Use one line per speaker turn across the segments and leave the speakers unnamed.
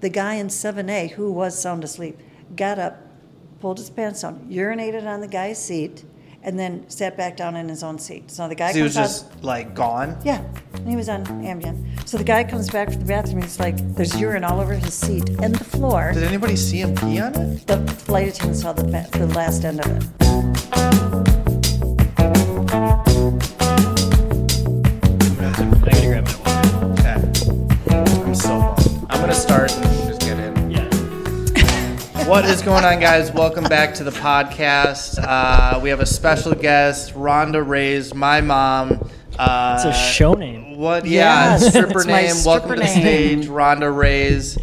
The guy in 7A, who was sound asleep, got up, pulled his pants down, urinated on the guy's seat, and then sat back down in his own seat. So the guy
he was
comes out-
just like gone.
yeah, and he was on Ambien. So the guy comes back from the bathroom. He's like, "There's urine all over his seat and the floor."
Did anybody see him pee on it?
The flight attendant saw the, ba- the last end of it.
I gotta grab my water.
Okay. I'm so bummed. I'm gonna start and just get in.
Yeah.
What is going on, guys? Welcome back to the podcast. Uh, we have a special guest, Rhonda Ray's my mom. Uh,
It's a show name.
What? Yeah,
Yes,
stripper
it's my
name. Welcome to the
stripper name.
stage, Rhonda Ray's.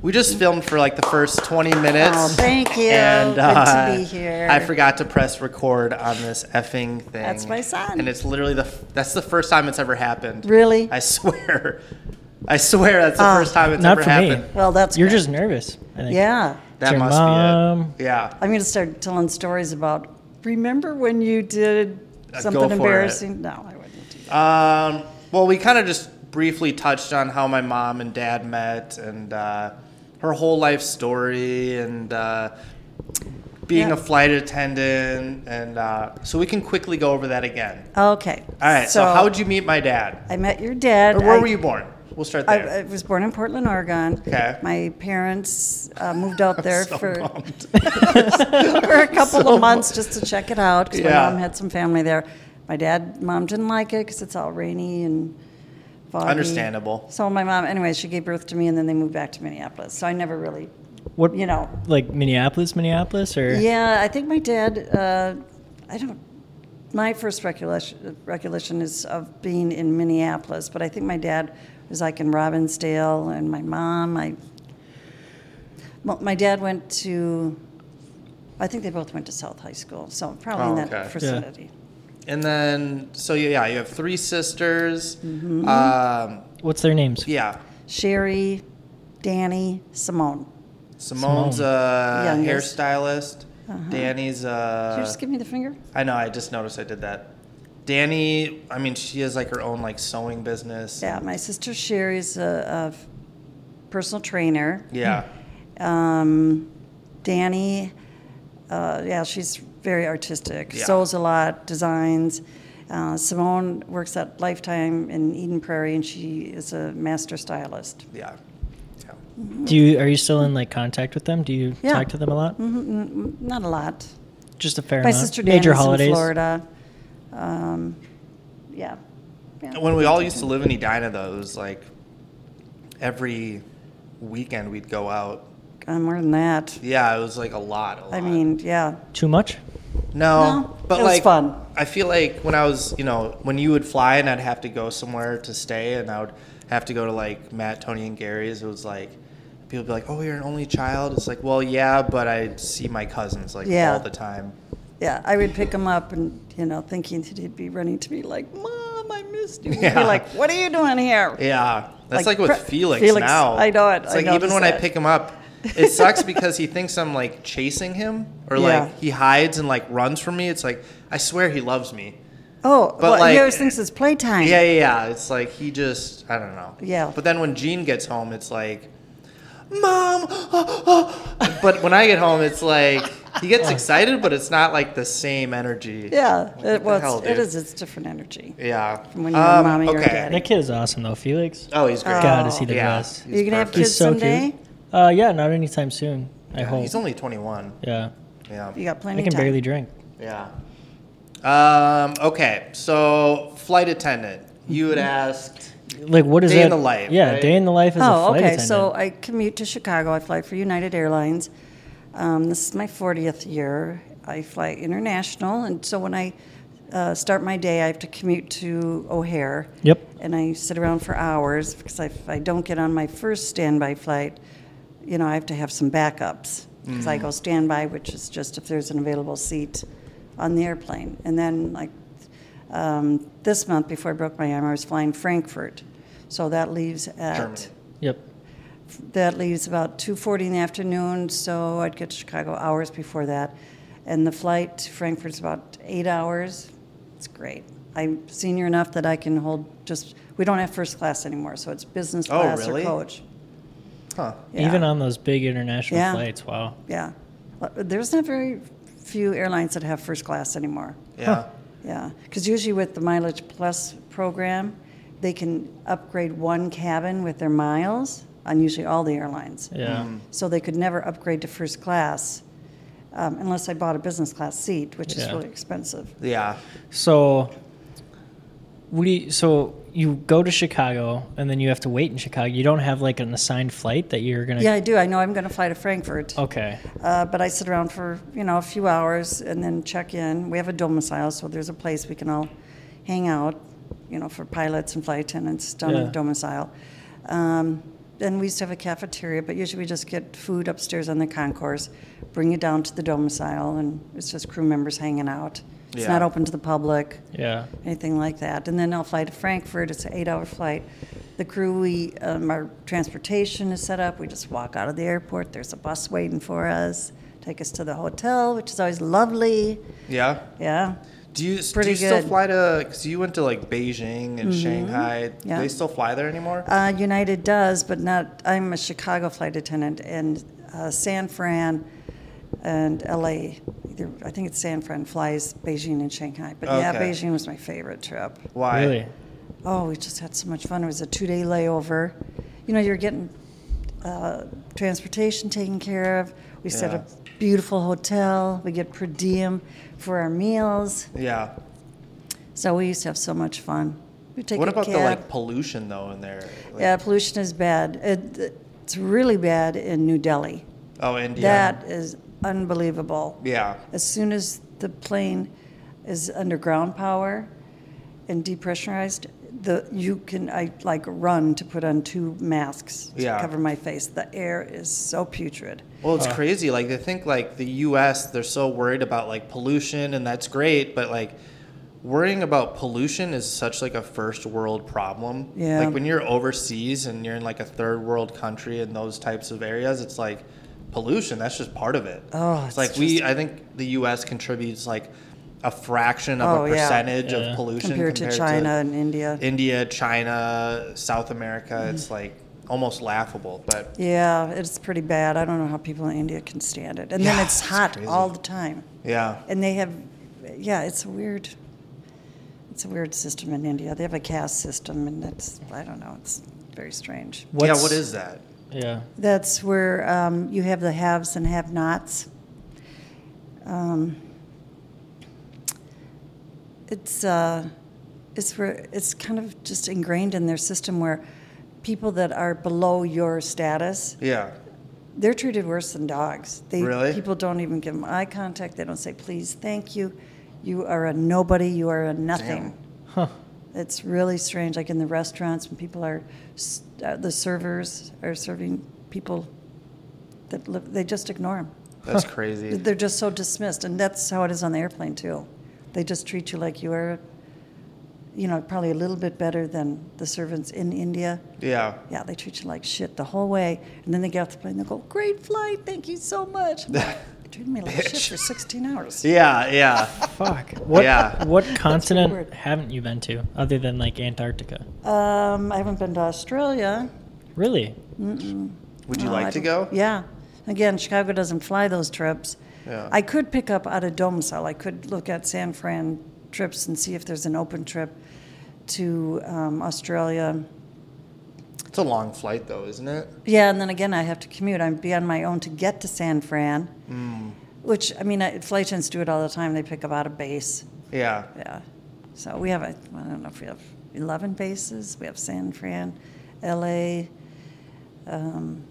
We just filmed for like the first 20 minutes.
Oh, thank you.
And
Good to
uh,
be here.
I forgot to press record on this effing thing.
That's my son.
And it's literally the f- that's the first time it's ever happened.
Really?
I swear. I swear that's the
Oh.
first time it's
Not
ever
for me.
happened.
Well, that's
You're
good.
just nervous. I think.
yeah.
That
your
must
mom.
be it. Yeah.
I'm gonna start telling stories about. Remember when you did
Uh, go
something
for it.
embarrassing? No, I wouldn't. Do that.
Um, well, we kind of just briefly touched on how my mom and dad met and uh, her whole life story and uh, being
Yeah.
a flight attendant. And uh, so we can quickly go over that again.
Okay.
All right. So, how'd you meet my dad?
I met your dad.
Or where
I-
were you born? We'll start
I,
there.
I was born in Portland, Oregon.
Okay.
My parents uh, moved out there
so
for
bummed.
for a couple of months just to check it out because
Yeah.
my mom had some family there. My dad, mom didn't like it because it's all rainy and foggy.
Understandable.
So my mom, anyway, she gave birth to me, and then they moved back to Minneapolis. So I never really,
What
you know,
Like Minneapolis, Minneapolis, or
yeah. I think my dad, uh, I don't. My first recollection, recollection is of being in Minneapolis, but I think my dad was like in Robbinsdale, and my mom, I. Well, my dad went to. I think they both went to South High School, so probably in
Oh,
that
okay. Yeah.
vicinity.
and then, so yeah, you have three sisters.
Mm-hmm.
Um,
what's their names?
yeah.
Sherry, Danny, Simone.
Simone's a
Youngest. Uh-huh.
hairstylist. Danny's a.
Did you just give me the finger?
I know. I just noticed I did that. Danny, I mean, she has like her own like sewing business.
Yeah, my sister Sherry's a, a personal trainer.
Yeah.
Um, Danny, uh, yeah, she's very artistic.
Yeah.
Sews a lot, designs. Uh, Simone works at Lifetime in Eden Prairie, and she is a master stylist.
Yeah. yeah.
Do you are you still in like contact with them? Do you
Yeah.
talk to them a lot?
Mm, Not a lot.
Just a fair
My
amount.
sister Danny's
Major
in
holidays.
Florida. Um, yeah. yeah.
When we all used to live in Edina, though, it was like every weekend we'd go out.
Uh, more than that.
Yeah, it was like a lot. A lot.
I mean, yeah.
Too much.
No,
No,
but
it was
like
fun.
I feel like when I was, you know, when you would fly and I'd have to go somewhere to stay, and I would have to go to like Matt, Tony, and Gary's. It was like people would be like, "Oh, you're an only child." It's like, well, yeah, but I see my cousins like
Yeah.
all the time.
Yeah, I would pick him up and, you know, thinking that he'd be running to me like, Mom, I missed you. He'd
Yeah.
be like, What are you doing here?
Yeah, that's like,
Like,
with
pre-
Felix,
Felix,
now.
I know it,
It's
I
like even
noticed
when I
that.
pick him up, it sucks because he thinks I'm like chasing him or
Yeah.
like he hides and like runs from me. It's like I swear he loves me.
Oh, well,
like-
he always thinks it's playtime.
Yeah, yeah, yeah. It's like he just, I don't know.
Yeah.
But then when Gene gets home, it's like, Mom. but when I get home, it's like he gets excited, but it's not like the same energy.
Yeah,
What the
it, well, it's-
hell, dude?
it is. It's different energy.
Yeah. Um,
From when you were mommy or daddy. Uh,
That kid is awesome though, Felix.
Oh, he's great.
God, is he the
yeah.
best?
he's
Are you gonna have
perfect.
Kids
He's so
someday?
cute. Uh, yeah, not anytime soon. I hope.
He's only 21.
yeah,
Yeah.
You got plenty
I can
of time.
barely drink.
Yeah. Um, okay. So, flight attendant. You had asked.
Like what is
Day in
that?
the life,
Yeah,
right?
day in the life as a
oh,
flight
okay.
attendant.
So I commute to Chicago. I fly for United Airlines. Um, this is my 40th year. I fly international, and so when I uh, start my day, I have to commute to O'Hare.
Yep.
And I sit around for hours because if I don't get on my first standby flight, you know, I have to have some backups because I go standby, which is just if there's an available seat on the airplane. And then, like um, this month, before I broke my arm, I was flying Frankfurt, so that leaves at
Germany.
Yep.
that leaves about 2.40 in the afternoon so i'd get to chicago hours before that and the flight to frankfurt's about eight hours it's great i'm senior enough that i can hold just we don't have first class anymore so it's business
Oh,
class
really?
or coach
Huh.
Yeah.
Even on those big international
Yeah.
flights. Wow.
Yeah. Well, There's not very few airlines that have first class anymore.
Yeah.
Yeah. Because usually with the Mileage Plus program, they can upgrade one cabin with their miles on usually all the airlines.
Yeah.
So they could never upgrade to first class um, unless I bought a business class seat, which is
Yeah.
really expensive.
Yeah.
So, what do you, so you go to Chicago and then you have to wait in Chicago. You don't have like an assigned flight that you're gonna.
Yeah, I do. I know I'm going to fly to Frankfurt.
Okay.
Uh, but I sit around for you know a few hours and then check in. We have a domicile, so there's a place we can all hang out, you know, for pilots and flight attendants down in
Yeah.
the domicile. Um, and we used to have a cafeteria, but usually we just get food upstairs on the concourse, bring it down to the domicile, and it's just crew members hanging out. It's
Yeah.
not open to the public
Yeah.
anything like that. And then I'll fly to Frankfurt. It's an eight-hour flight. The crew, we um, our transportation is set up. We just walk out of the airport. There's a bus waiting for us. Take us to the hotel, which is always lovely.
Yeah.
Yeah,
Do you, do
Pretty
you still
good. Mm-hmm.
fly to? Because you went to like Beijing and Shanghai. Do
Yeah.
they still fly there anymore?
uh, United does, but not. I'm a Chicago flight attendant, and uh, San Fran and L.A. Either, I think it's San Fran flies Beijing and Shanghai. But yeah,
Okay.
Beijing was my favorite trip.
Why?
Really.
Oh, we just had so much fun. It was a two day layover. You know, you're getting uh, transportation taken care of. We set
Yeah.
up a beautiful hotel. We get per diem for our meals.
Yeah.
So we used to have so much fun. We take
What
a
about the
cab.
like pollution though in there? Like-
yeah, pollution is bad. It, it's really bad in New Delhi.
Oh, India.
That is unbelievable.
Yeah.
As soon as the plane is underground power and depressurized, the you can I like run to put on two masks to
Yeah.
cover my face. The air is so putrid.
Well, it's crazy. Like they think like the U.S. They're so worried about like pollution, and that's great. But like worrying about pollution is such like a first world problem.
Yeah.
Like when you're overseas and you're in like a third world country and those types of areas, it's like pollution. That's just part of it.
Oh,
it's,
it's
like we. I think the U.S. contributes like a fraction of
Oh,
a
yeah.
percentage
Yeah.
of pollution
Compared, to China and India.
India, China, South America. It's
Mm-hmm.
like almost laughable, but.
yeah, it's pretty bad. I don't know how people in India can stand it. And
Yeah,
then it's
it's
hot
crazy.
all the time.
Yeah.
And they have yeah, it's a weird it's a weird system in India. They have a caste system and that's I don't know, it's very strange.
yeah,
What's-
what is that?
Yeah.
That's where um, you have the haves and have nots. Um, it's, uh, it's, where, it's kind of just ingrained in their system where people that are below your status,
Yeah.
they're treated worse than dogs. They,
Really?
People don't even give them eye contact. They don't say, please, thank you. You are a nobody. You are a nothing.
Damn.
Huh.
It's really strange, like in the restaurants when people are, s- uh, the servers are serving people that live, they just ignore them.
That's crazy.
They're just so dismissed, and that's how it is on the airplane too. They just treat you like you are, you know, probably a little bit better than the servants in India.
Yeah.
Yeah, they treat you like shit the whole way, and then they get off the plane. They go, "Great flight, thank you so much." I'm like, "You treated me like shit
Bitch.
for 16 hours.
Yeah, yeah.
Fuck. What?
Yeah.
What continent
weird.
haven't you been to other than like Antarctica?
Um, I haven't been to Australia.
Really?
Would you
No, I
like to
don't-
go?
Yeah. Again, Chicago doesn't fly those trips.
Yeah.
I could pick up out of domicile. I could look at San Fran trips and see if there's an open trip to um, Australia.
It's a long flight though, isn't it?
Yeah, and then again, I have to commute. I'd be on my own to get to San Fran,
Hmm.
which I mean, I, flight attendants do it all the time. They pick up out of base.
Yeah.
Yeah. So we have, a, I don't know if we have 11 bases. We have San Fran, LA, um,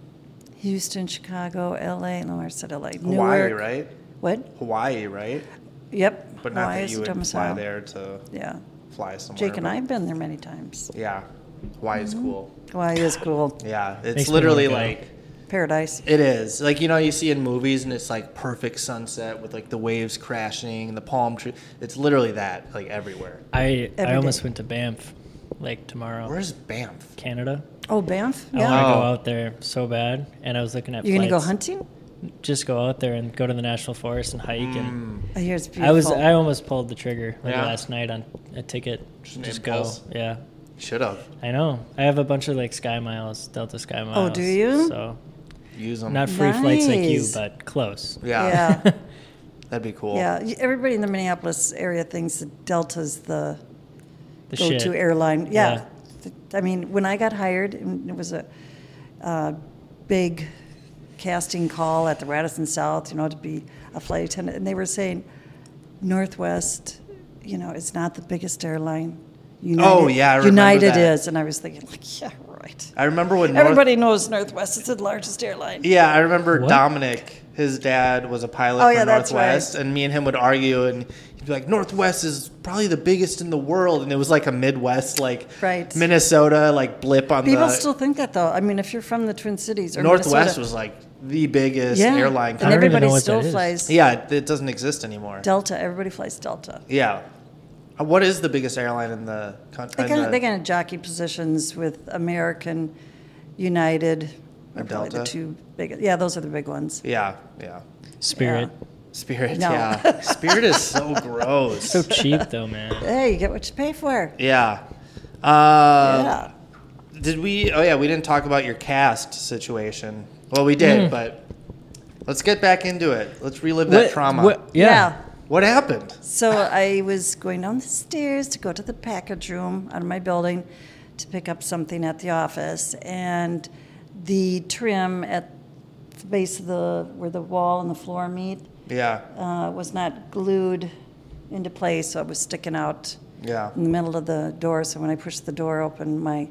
Houston, Chicago, LA. No, I said LA.
Hawaii,
Newark.
right?
What?
Hawaii, right?
Yep.
But not
Hawaii
that
is
you
a
would fly
domicile.
there to
Yeah.
fly somewhere.
Jake and
but-
I Mm-hmm. have been there many times.
Yeah. Hawaii is cool.
Hawaii is cool.
Yeah. It's
Makes me
literally
wanna go.
like
Paradise.
it is. Like you know you see in movies and it's like perfect sunset with like the waves crashing and the palm tree. It's literally that like everywhere.
I I
Every
almost
day.
went to Banff, like tomorrow.
Where's Banff?
Canada.
Oh, Banff?
I want
Yeah.
to
Oh.
go out there so bad, and I was looking at.
You're going to go
flights.
hunting?
Just go out there and go to the national forest and hike
Mm.
and.
I hear it's beautiful.
I was I almost pulled the trigger like
Yeah?
last night on a ticket.
Just an
Just
impulse?
go. Yeah.
Should have
I know. I have a bunch of like Sky Miles, Delta Sky Miles.
Oh, do you?
So
used them.
not free flights like you,
Nice.
but close.
yeah,
yeah.
that'd be cool.
Yeah, y- everybody in the Minneapolis area thinks that Delta's the
The
go-to
shit.
airline. Yeah.
Yeah.
Th- I mean, when I got hired, and it was a uh, big casting call at the Radisson South, you know, to be a flight attendant, and they were saying Northwest, you know, it's not the biggest airline. United,
Oh, yeah, I remember
United
that.
is, and I was thinking, like, yeah, right.
I remember when North-
Everybody knows Northwest is the largest airline.
Yeah, I remember
What?
Dominic. His dad was a pilot
Oh,
for
yeah, that's
Northwest,
right.
and me and him would argue, and he'd be like, "Northwest is probably the biggest in the world," and it was like a Midwest, like
Right.
Minnesota, like blip on
People
the
still think that though. I mean, if you're from the Twin Cities or
Northwest
Minnesota,
was like the biggest
yeah.
airline.
and
I don't
Company.
even
everybody
know what
still
that is.
flies
Yeah, it, it doesn't exist anymore.
Delta. Everybody flies Delta.
yeah, Uh, what is the biggest airline in the country?
They kind of they kind of jockey positions with American, United, are
And
probably the
Delta?
two biggest. Yeah, those are the big ones.
yeah, yeah.
Spirit.
Spirit,
No.
yeah. Spirit is so gross.
So cheap though, man.
Hey, you get what you pay for.
yeah. Uh,
yeah.
Did we? Oh yeah, we didn't talk about your cast situation. Well, we did, but let's get back into it. Let's relive that
What-
trauma.
what-
What,
yeah.
happened?
So I was going down the stairs to go to the package room out of my building to pick up something at the office, and the trim at the base of the where the wall and the floor meet
Yeah,
uh, was not glued into place, so it was sticking out
yeah.
in the middle of the door. So when I pushed the door open, my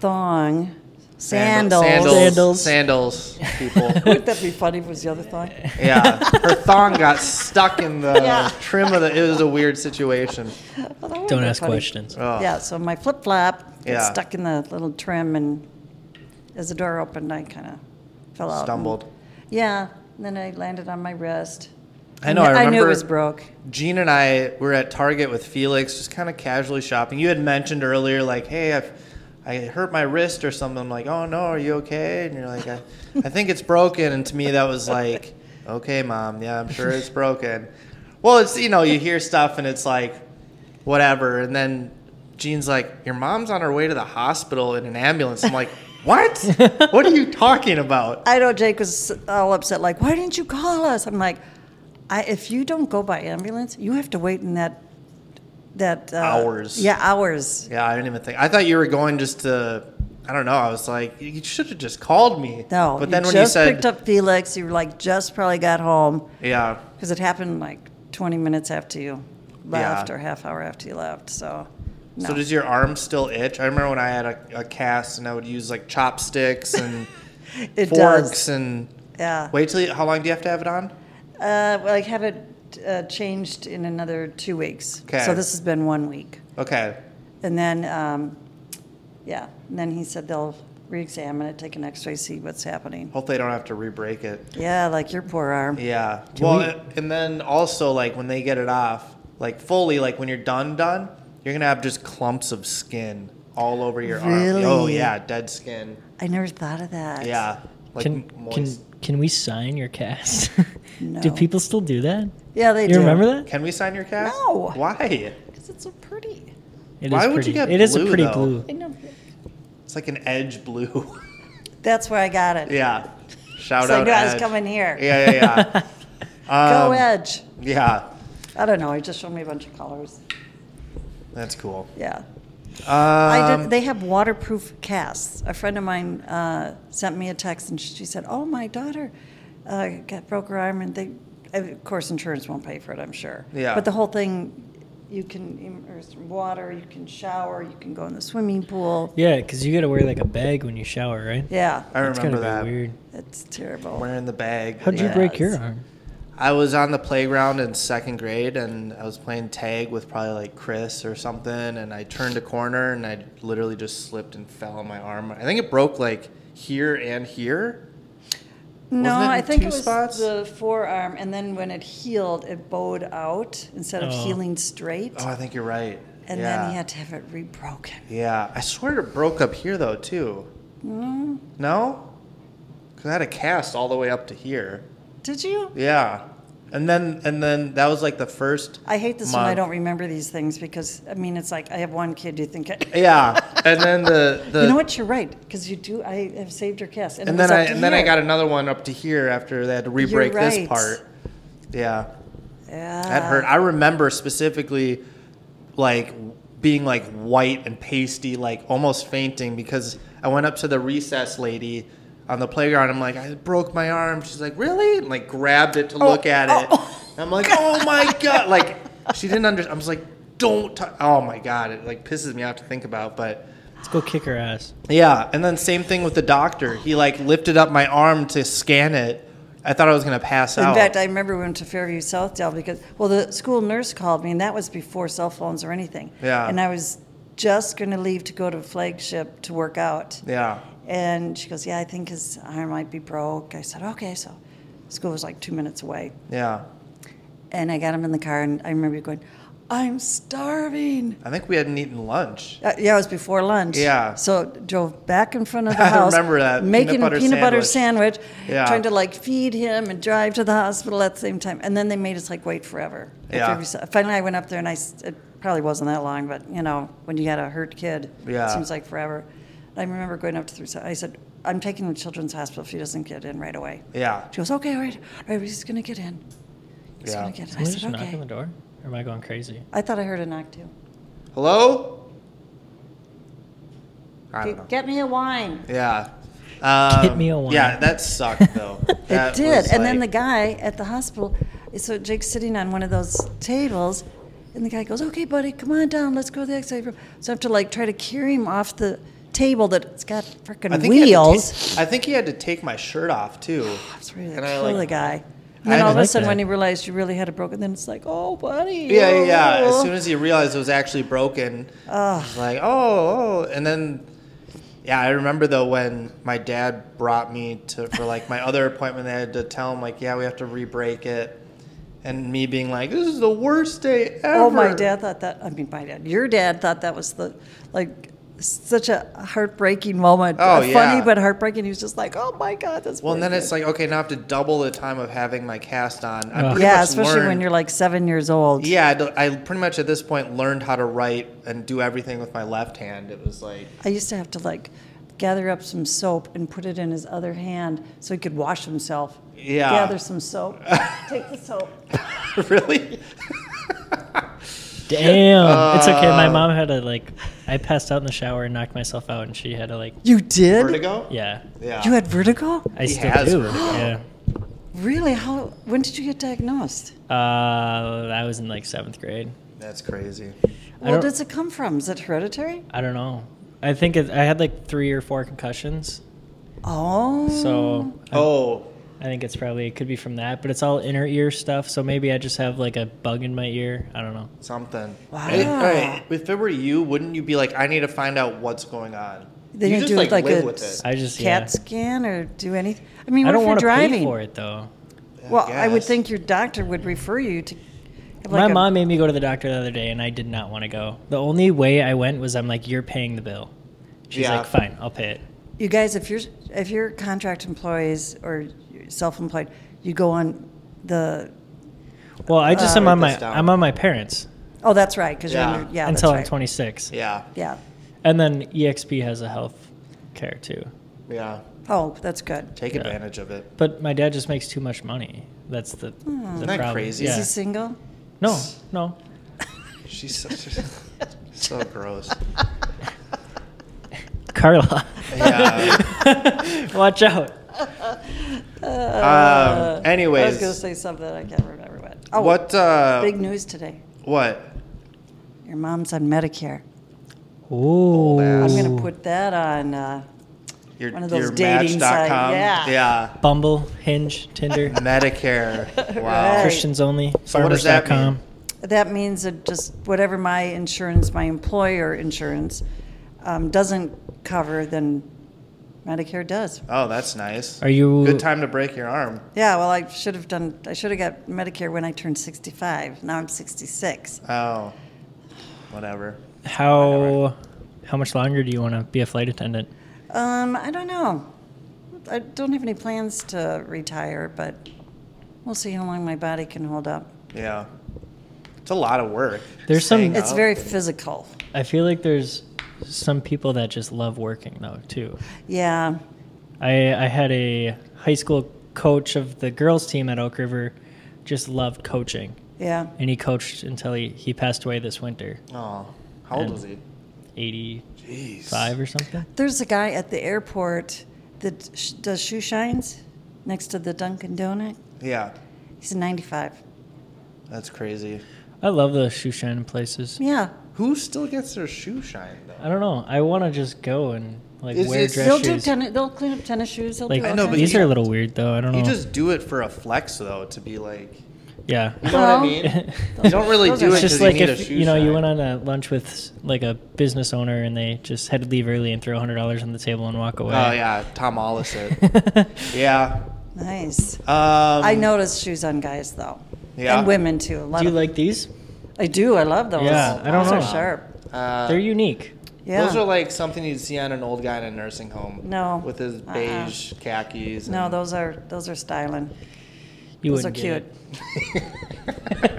thong sandals.
sandals, sandals, people.
Wouldn't that be funny? if it Was the other thong?
yeah, her thong got stuck in the
Yeah.
trim of the. It was a weird situation.
Well, that would
Don't
be
ask
funny.
questions.
Oh.
Yeah. So my flip flop got
Yeah.
stuck in the little trim, and as the door opened, I kind of fell out. and-
Stumbled.
Yeah. And then I landed on my wrist.
I know, I
kn- I knew it
remember-
was broke.
Gene and I were at Target with Felix, just kind of casually shopping. You had mentioned earlier, like, hey, I've, I hurt my wrist or something. I'm like, oh no, are you okay? And you're like, I, I think it's broken. And to me, that was like, okay, mom, yeah, I'm sure it's broken. Well, it's, you know, you hear stuff and it's like, whatever. And then Gene's like, your mom's on her way to the hospital in an ambulance. I'm like, what? What are you talking about?
I know Jake was all upset, like, why didn't you call us? I'm like, I, if you don't go by ambulance, you have to wait in that that uh,
Hours.
Yeah, hours.
Yeah, I didn't even think. I thought you were going just to. I don't know. I was like, you should have just called me.
No,
but then
you
when you
just
said,
picked up Felix, you were like, just probably got home
yeah,
because it happened like 20 minutes after you left
Yeah.
or half hour after you left. So, no.
so does your arm still itch? I remember when I had a, a cast and I would use like chopsticks and
it
forks
does.
and
Yeah.
wait till you, how long do you have to have it on?
Uh, well, I have it uh, changed in another two weeks.
Okay.
So this has been one week.
Okay,
And then, um, yeah, and then he said they'll re-examine it, take an X-ray, see what's happening.
hopefully I don't have to re-break it.
Yeah, like your poor arm.
Yeah.
Can
well,
we-
it- and then also like when they get it off, like fully, like when you're done, done, you're gonna have just clumps of skin all over your
Really?
arm. Oh yeah, dead skin.
I never thought of that.
Yeah. Like
Can can
moist.
can we sign your cast?
No.
Do people still do that?
Yeah, they
you
do.
remember that?
Can we sign your cast?
No.
Why?
Because it's so pretty.
It is
Why would you
pretty,
get
It is a
blue,
pretty
though?
blue.
I know.
It's like an edge blue.
That's where I got it.
yeah. Shout
So I
out.
knew I was
Edge.
coming here.
Yeah, yeah, yeah.
Go
Um,
Edge.
Yeah,
I don't know. He just showed me a bunch of colors.
that's cool.
Yeah.
Um,
I did, they have waterproof casts. A friend of mine uh, sent me a text and she said, "Oh, my daughter uh, got broke her arm, and they, of course, insurance won't pay for it. I'm sure.
Yeah.
But the whole thing, you can immerse in water, you can shower, you can go in the swimming pool.
Yeah, because you got to wear like a bag when you shower, right?
Yeah,
I
That's gotta
remember
be
that.
Weird.
it's terrible.
Wearing the bag.
How'd you
Yeah.
break your
Yes.
arm?
I was on the playground in second grade, and I was playing tag with probably like Chris or something, and I turned a corner, and I literally just slipped and fell on my arm. I think it broke like here and here.
No,
Wasn't it in
I think
two
it was
spots?
the forearm, and then when it healed, it bowed out instead of
Oh.
healing straight,
Oh, I think you're right.
and
yeah.
then he had to have it rebroken.
Yeah, I swear it broke up here though too.
Hmm?
No, because I had a cast all the way up to here.
Did you?
Yeah, And then and then that was like the first.
I hate this when I
month.
don't remember these things because I mean it's like I have one kid. You think I,
Yeah, and then the, the
you know what? You're right because you do. I have saved your cast, and,
And
it was
then I
up to
and then I
here.
got another one up to here after they had to re-break
right.
this part. Yeah,
yeah.
that hurt. I remember specifically, like being like white and pasty, like almost fainting because I went up to the recess lady on the playground. I'm like, I broke my arm. She's like, really? And like grabbed it to look at it. And I'm like, oh my god! Like she didn't understand. I was like, don't. tou- oh my god! It like pisses me out to think about, but.
Let's go kick her ass.
Yeah, and then same thing with the doctor. He like lifted up my arm to scan it. I thought I was gonna pass
In
out.
fact, I remember we went to Fairview Southdale because, well, the school nurse called me, and that was before cell phones or anything.
Yeah.
And I was just going to leave to go to flagship to work out.
yeah,
And she goes, Yeah, I think his arm might be broke. I said, Okay. So school was like two minutes away.
yeah.
And I got him in the car, and I remember going, I'm starving.
I think we hadn't eaten lunch.
Uh, yeah, it was before lunch.
Yeah.
So drove back in front of the
I
house.
remember that peanut
Making
butter
a peanut butter sandwich,
Yeah.
trying to like feed him and drive to the hospital at the same time. And then they made us like wait forever. If
Yeah.
every s- Finally, I went up there and I, s- it probably wasn't that long, but you know, when you got a hurt kid,
Yeah.
it seems like forever. I remember going up to the, rece- I said, I'm taking the children's hospital if she doesn't get in right away.
Yeah,
She goes, okay, all right, all right, he's going to get in. He's
Yeah.
going to get in. I
Someone just
said,
knock on the
okay.
door? Or am I going crazy?
I thought I heard a knock too.
Hello. I don't
Get-
know.
Get me a wine.
Yeah. Um,
Get me a wine.
Yeah, that sucked though.
It
That
did.
was,
And then the
like-
guy at the hospital, so Jake's sitting on one of those tables, and the guy goes, "Okay, buddy, come on down. Let's go to the X-ray room." So I have to like try to carry him off the table that's got
I
freaking
think he had to
wheels.
take- I think he had to take my shirt off too.
I was ready to
and I,
kill
like-
the guy.
I
And then
had
all
to
of a
like
sudden,
that.
when you realized you really had it broken, then it's like, "Oh, buddy."
Yeah, yeah, yeah. As
oh."
soon as he realized it was actually broken, I was like, oh, oh. And then, yeah, I remember though when my dad brought me to for like my other appointment, they had to tell him like, yeah, we have to re-break it, and me being like, this is the worst day ever.
Oh, my dad thought that. I mean, my dad. Your dad thought that was the like such a heartbreaking moment.
Oh,
funny
yeah.
but heartbreaking. He was just like, "Oh my God, that's."
Well, and
poor
then
kid."
it's like, okay, now I have to double the time of having my cast on. I
Ugh.
pretty
Yeah,
much
especially when
learned-
you're like seven years old.
Yeah, I d- I, pretty much at this point learned how to write and do everything with my left hand. It was like,
I used to have to like gather up some soap and put it in his other hand so he could wash himself.
Yeah.
Gather some soap. take the soap.
really?
Damn. it's okay.
Uh,
My mom had to like I passed out in the shower and knocked myself out and she had to like
You did?
Vertigo?
Yeah.
Yeah.
You had vertigo?
I
He
still
has
do.
vertigo.
Yeah.
Really? How? When did you get diagnosed?
Uh, I was in like seventh grade.
That's crazy.
Where
don't-
does it come from? Is it hereditary?
I don't know. I think it, I had like three or four concussions.
Oh.
So I-
Oh,
I think it's probably, it could be from that, but it's all inner ear stuff. So maybe I just have like a bug in my ear. I don't know.
something.
Wow.
Hey, all right, if it were you, wouldn't you be like, I need to find out what's going on?
Then
you
you
just
do
like,
like
live
a
with it.
I just,
cat
yeah.
scan or do anything. I mean,
I
what
don't
if you're
want to
driving?
pay for it though.
Well, I would
guess.
think your doctor would refer you to. have,
my
like, a-
mom made me go to the doctor the other day and I did not want to go. The only way I went was I'm like, you're paying the bill. She's
Yeah.
like, fine, I'll pay it.
You guys, if you're if you're contract employees or self-employed, you go on the.
Well, I just am
write
on my
this down.
I'm on my parents
Oh, that's right, because
Yeah.
you're under, yeah.
until
that's
I'm
right.
26,
Yeah,
Yeah.
and then EXP has a health care too.
yeah.
Oh, that's good.
Take
Yeah.
advantage of it.
But my dad just makes too much money. That's the,
Hmm.
the
that
problem.
crazy?
Is
Yeah.
he single?
No, no.
She's so, so gross.
Carla,
Yeah.
watch out.
Um,
Uh, I was going to
anyways,
say something I can't remember what. Oh,
what? Uh,
Big news today.
What?
Your mom's on Medicare.
Ooh.
I'm going to put that on. Uh,
Your,
One of those
your
dating
Match.com?
site, yeah.
Yeah.
Bumble, Hinge, Tinder,
Medicare. Wow.
Right.
Christians only.
So what does that
farmers.com.
mean?
that means that just whatever my insurance, my employer insurance, um, doesn't cover, then Medicare does.
Oh, that's nice.
Are you
Good time to break your arm.
Yeah, well, I should have done. I should have got Medicare when I turned 65. Now I'm 66.
Oh, whatever.
How how much longer do you want to be a flight attendant?
Um, I don't know. I don't have any plans to retire, but We'll see how long my body can hold up.
Yeah. It's a lot of work.
There's
staying
some-
It's
up.
very physical.
I feel like there's some people that just love working though too.
Yeah.
I I had a high school coach of the girls team at Oak River, just loved coaching,
Yeah.
and he coached until he, he passed away this winter,
Oh, how old was he?
eighty
Jeez.
five or something.
There's a guy at the airport that sh- does shoe shines next to the Dunkin' Donut.
Yeah,
He's 95.
that's crazy.
I love those shoe shining places.
Yeah.
Who still gets their shoe shine though?
I don't know. I want to just go and like
Is
wear
it-
dress
They'll do
shoes.
tennis. They'll clean up tennis shoes. They'll
like
do all
I know,
kinds
but
of
these
you-
are a little weird though. I don't
You
know.
just do it for a flex though, to be like,
yeah.
you know what I
Well-
mean? You don't really
Those
do
are
it
Like,
because
It's just
you
like
need a
if
shoe
you know you
shine.
went on a lunch with s- like a business owner and they just had to leave early and throw hundred dollars on the table and walk away.
Oh yeah, Tom Hollis it. yeah.
Nice.
Um, I
I notice shoes on guys though,
Yeah.
and women too. A lot
Do you
of-
like these?
I do. I love those.
Yeah, I don't
those are
know.
sharp.
Uh,
They're unique.
Yeah.
Those are like something you'd see on an old guy in a nursing home.
No.
With his
Uh-uh.
beige khakis.
no,
and-
those are those are styling.
You
those are
wouldn't
cute.
get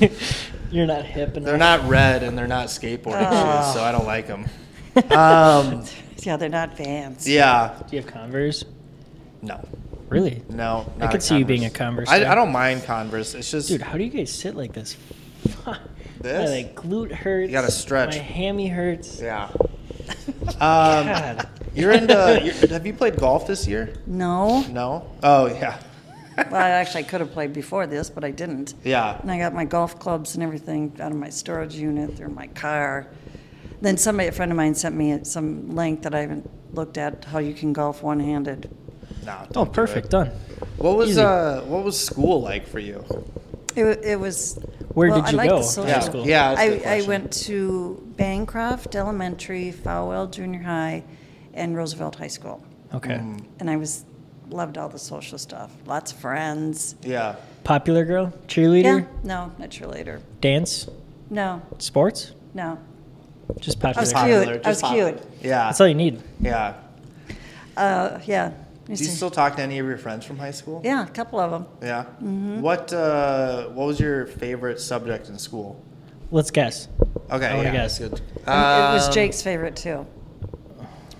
it. You're not hip enough.
They're not red and they're not skateboarding shoes,
Oh.
so I don't like them. Um,
Yeah, they're not Vans.
yeah.
Do you have Converse?
No.
Really?
No.
I
not
could
a
see you being a Converse
I,
guy.
I don't mind Converse. It's just
Dude, how do you guys sit like this?
This?
My like glute hurts.
You gotta stretch.
My hammy hurts.
yeah. Um,
God.
you're into. You're, have you played golf this year?
No.
No. Oh yeah.
Well, I actually could have played before this, but I didn't.
Yeah.
And I got my golf clubs and everything out of my storage unit through my car. Then somebody, a friend of mine, sent me some link that I haven't looked at how you can golf one-handed.
No. don't
Oh,
do it.
perfect. Done.
What was
Easy.
uh What was school like for you?
It, wa- it was.
Where
well,
did
I
you
liked
go
The
to
social.
Yeah.
school?
Yeah. that's a
I,
good
I
question.
went to Bancroft Elementary, Fowell Junior High, and Roosevelt High School,
Okay.
Mm.
and I was loved all the social stuff. Lots of friends.
Yeah.
Popular girl? Cheerleader?
Yeah. No, not cheerleader.
Dance?
No,
Sports?
no.
Just
I
popular.
was
girl.
cute.
Popular,
I was
just popular.
cute.
Yeah.
That's all you need.
yeah.
Uh, yeah.
Do you still talk to any of your friends from high school?
yeah, Mm-hmm. a couple of them.
Yeah. What uh, What was your favorite subject in school?
Let's guess.
Okay.
I wanna
yeah,
guess.
good.
it was
Um,
Jake's favorite too.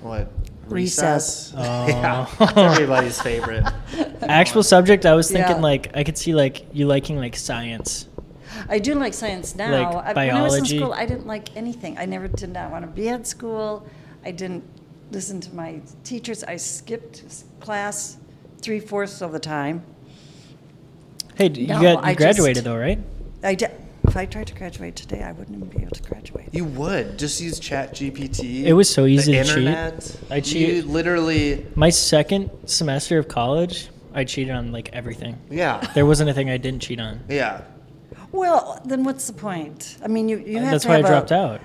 What?
Recess.
yeah. That's
Oh.
everybody's favorite.
Uh, Actual subject, I was thinking
Yeah.
like I could see like you liking like science.
I do like science now. I,
Like
When I was in
biology?
school, I didn't like anything. I never did not want to be at school. I didn't listen to my teachers. I skipped s- class three fourths of the time.
Hey, d- you
No,
got
I
you graduated
just-
though, right?
I did, if I tried to graduate today, I wouldn't even be able to graduate.
You would just use Chat GPT.
It was so easy
the
to cheat.
internet.
I
You
cheat-
literally.
My second semester of college, I cheated on like everything.
Yeah.
There wasn't a thing I didn't cheat on.
Yeah.
Well, then what's the point? I mean, you, you have
Uh, That's
to
why I
have
dropped
a,
out.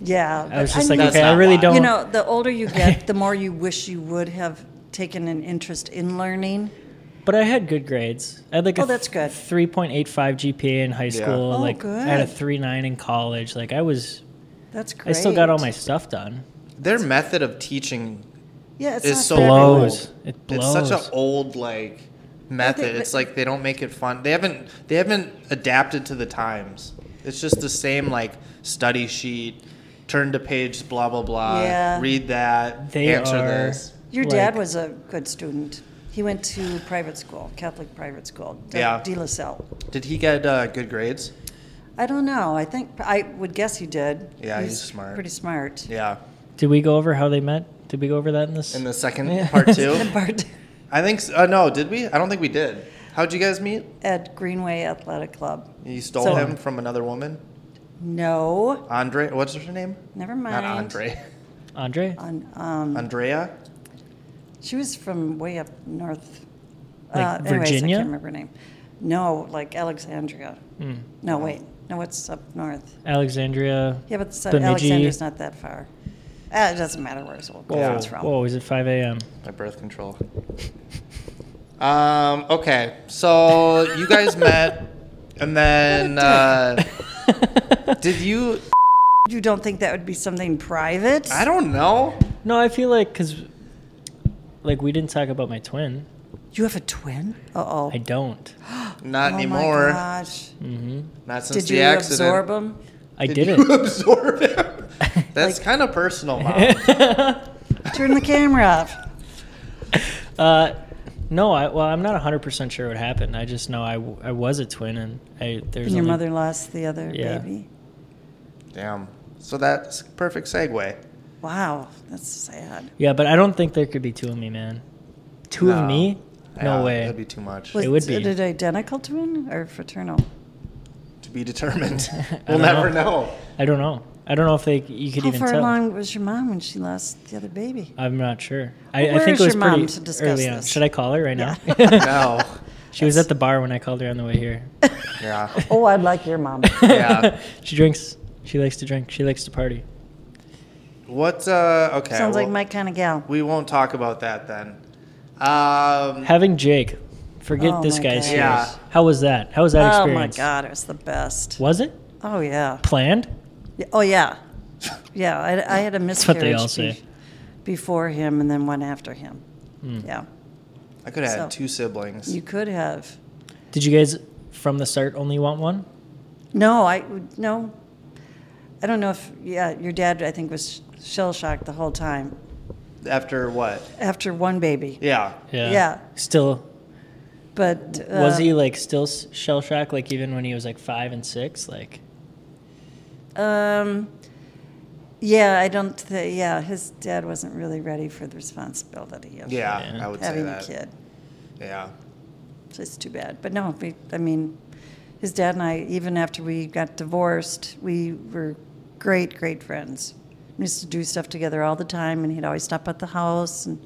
Yeah,
I
but
was just
mean,
like,
That's
okay, I
not
really
why.
don't.
you know, the older you get, the more you wish you would have taken an interest in learning.
but I had good grades. I had like
Oh,
a
that's good.
three point eight five GPA in high school.
Oh,
like I had a
good.
three nine in college. Like I was,
That's great.
I still got all my stuff done.
Their method of teaching
Yeah, it's,
is
not
so
fair.
Blows.
old.
It
It's such
blows.
an old like method.
they-
It's like they don't make it fun. They haven't they haven't adapted to the times. It's just the same like study sheet, turn to page blah blah blah.
Yeah.
Read that.
They
answer
are
this.
Your
like-
dad was a good student. He went to private school, Catholic private school, De,
Yeah.
De La Salle.
Did he get uh, good grades?
I don't know. I think I would guess he did.
Yeah, he's smart.
Pretty smart.
Yeah.
Did we go over how they met? Did we go over that in this?
In the second
Yeah.
part two,
Bart-
I think. s- Uh, no, did we? I don't think we did. How'd you guys meet?
At Greenway Athletic Club.
You stole
So-
him from another woman,
No,
Andre. What's her name?
never mind.
Not Andre.
Andre.
On, um,
Andrea.
she was from way up north. Uh,
Like
Anyways, I
Virginia?
can't remember her name. No, like Alexandria. No, wait. No, what's up north?
Alexandria.
Yeah, but so
Bemidji.
Alexandria's not that far. Uh, it doesn't matter where it's,
Whoa,
where it's from.
whoa! Is it five a.m.?
My birth control. Um, okay, so you guys met, and then uh, did you?
You don't think that would be something private?
I don't know.
No, I feel like because like we didn't talk about my twin.
You have a twin? Uh oh.
I don't.
Not
oh
anymore.
My gosh.
Not since
Did you
the accident.
absorb them?
I
Did
didn't.
you absorb him? That's kind of personal, mom.
Turn the camera off.
Uh, no, I, well, I'm not 100% sure what happened. I just know I, w- I was a twin, and I, there's
And your
only-
mother lost the other
Yeah.
baby.
Damn. So that's perfect segue.
Wow, that's sad.
Yeah, but I don't think there could be two of me, man. Two
No.
of me? No
Yeah,
way.
That'd be too much
Was
would be.
it an identical twin or fraternal?
to be determined.
I
we'll
don't
never know.
I don't know. I don't know if they you could
How
even
far
tell.
along was your mom when she lost the other baby?
I'm not sure. I,
Well,
I think
where's
it was
your mom
pretty
to discuss
early on.
this?
Should I call her right now?
No.
she was at the bar when I called her on the way here.
Yeah.
Oh, I'd like your mom.
Yeah.
she drinks. She likes to drink. She likes to party.
What? Uh, okay.
Sounds like
well,
my kind of gal.
We won't talk about that then. Um,
Having Jake. Forget
Oh
this
my
guy's
gosh.
here.
Yeah.
How was that? How was that
Oh my
experience?
God, it was the best.
Was it
Oh yeah.
planned?
Yeah, Oh yeah, yeah. I, I had a
what they
miscarriage
all say. Hmm.
be- before him, and then one after him. Yeah,
I could have had
So-
two siblings.
you could have.
Did you guys from the start only want one?
No, I no. I don't know if yeah. Your dad, I think, was shell shocked the whole time
After what?
after one baby.
Yeah.
Yeah.
Still,
But uh,
was he like still shell shocked? Like even when he was like five and six, like
Um, yeah, I don't. Th- yeah, his dad wasn't really ready for the responsibility of
Yeah.
Yeah.
I would say
having
that.
a kid.
Yeah.
So it's too bad. But no, we, I mean, his dad and I, even after we got divorced, we were great, great friends. We used to do stuff together all the time, and he'd always stop at the house and,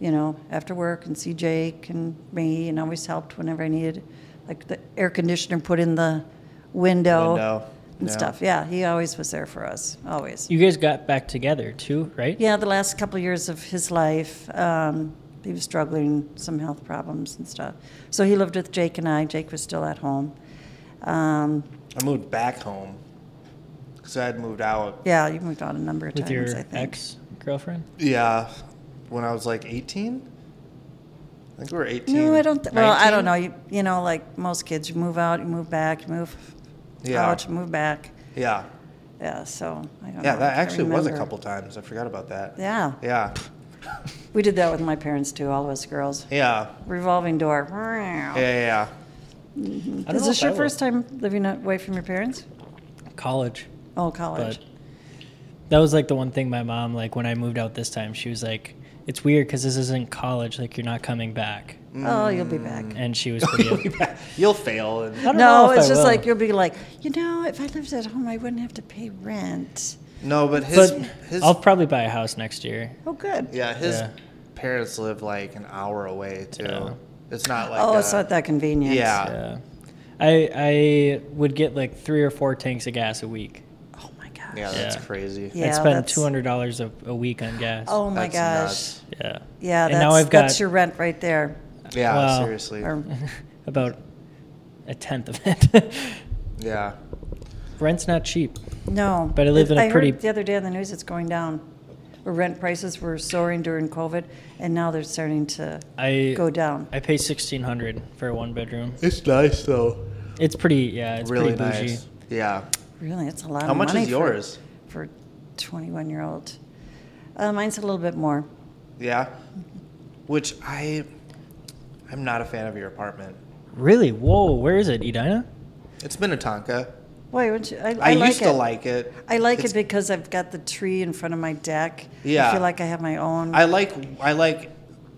you know, after work and see Jake and me, and always helped whenever I needed, like the air conditioner put in the window,
Window,
and
yeah.
stuff. Yeah, he always was there for us, always.
you guys got back together too, right?
Yeah, the last couple of years of his life, um, he was struggling some health problems and stuff. So he lived with Jake and I. Jake was still at home. Um,
I moved back home because I had moved out.
yeah, you moved on a number of
With
times.
your
I think.
ex girlfriend?
Yeah. When I was like 18. I think we were 18.
No, I don't. Th- well, I don't know.
19?
You, you know, like most kids, you move out, you move back, you move
Yeah.
out, you move back.
Yeah.
Yeah, so I don't know.
Yeah.
I
That
can't
actually was a
remember.
couple times. I forgot about that.
Yeah,
Yeah.
we did that with my parents too. All of us girls,
Yeah.
revolving door.
Yeah. Yeah.
I don't
Is
know
this
if
your
I
first time living away from your parents?
was. college?
Oh, college.
But that was like the one thing my mom like when I moved out this time. She was like, "It's weird because this isn't college. Like you're not coming back."
Oh, you'll
mm,
be back.
And she was pretty.
yeah. You'll fail. And,
I don't know
No,
if
it's
I
just
will.
like you'll be like, you know, if I lived at home, I wouldn't have to pay rent.
no, but his
But
his
I'll probably buy a house next year.
Oh, good.
Yeah, his
Yeah.
parents live like an hour away too.
Yeah.
It's not like
oh,
a-
it's not that convenient.
Yeah.
Yeah. I I would get like three or four tanks of gas a week.
Oh my gosh.
Yeah, that's
Yeah.
crazy.
Yeah,
I'd spend
that's-
two hundred dollars a a week on gas.
Oh my
That's
gosh.
nuts.
Yeah.
Yeah,
And
that's,
now I've
that's
got
your rent right there.
Yeah,
Wow.
seriously.
Or-
about a tenth of it.
Yeah.
Rent's not cheap.
no.
But I live in a
I heard
pretty-
the other day on the news, it's going down. Or rent prices were soaring during COVID, and now they're starting to
I
go down.
I pay sixteen hundred for a one bedroom.
It's nice though.
It's pretty yeah, it's
really
pretty bougie.
nice. Yeah.
Really, it's a lot
How
of money.
much is
for-
yours?
For 21 year old. Uh, mine's a little bit more.
Yeah. Which I I'm not a fan of your apartment.
Really? Whoa, where is it? Edina?
It's Minnetonka.
Why would you? I,
I,
I, like
used
it.
to like it.
I like
It's-
it because I've got the tree in front of my deck.
Yeah.
I feel like I have my own.
I like I like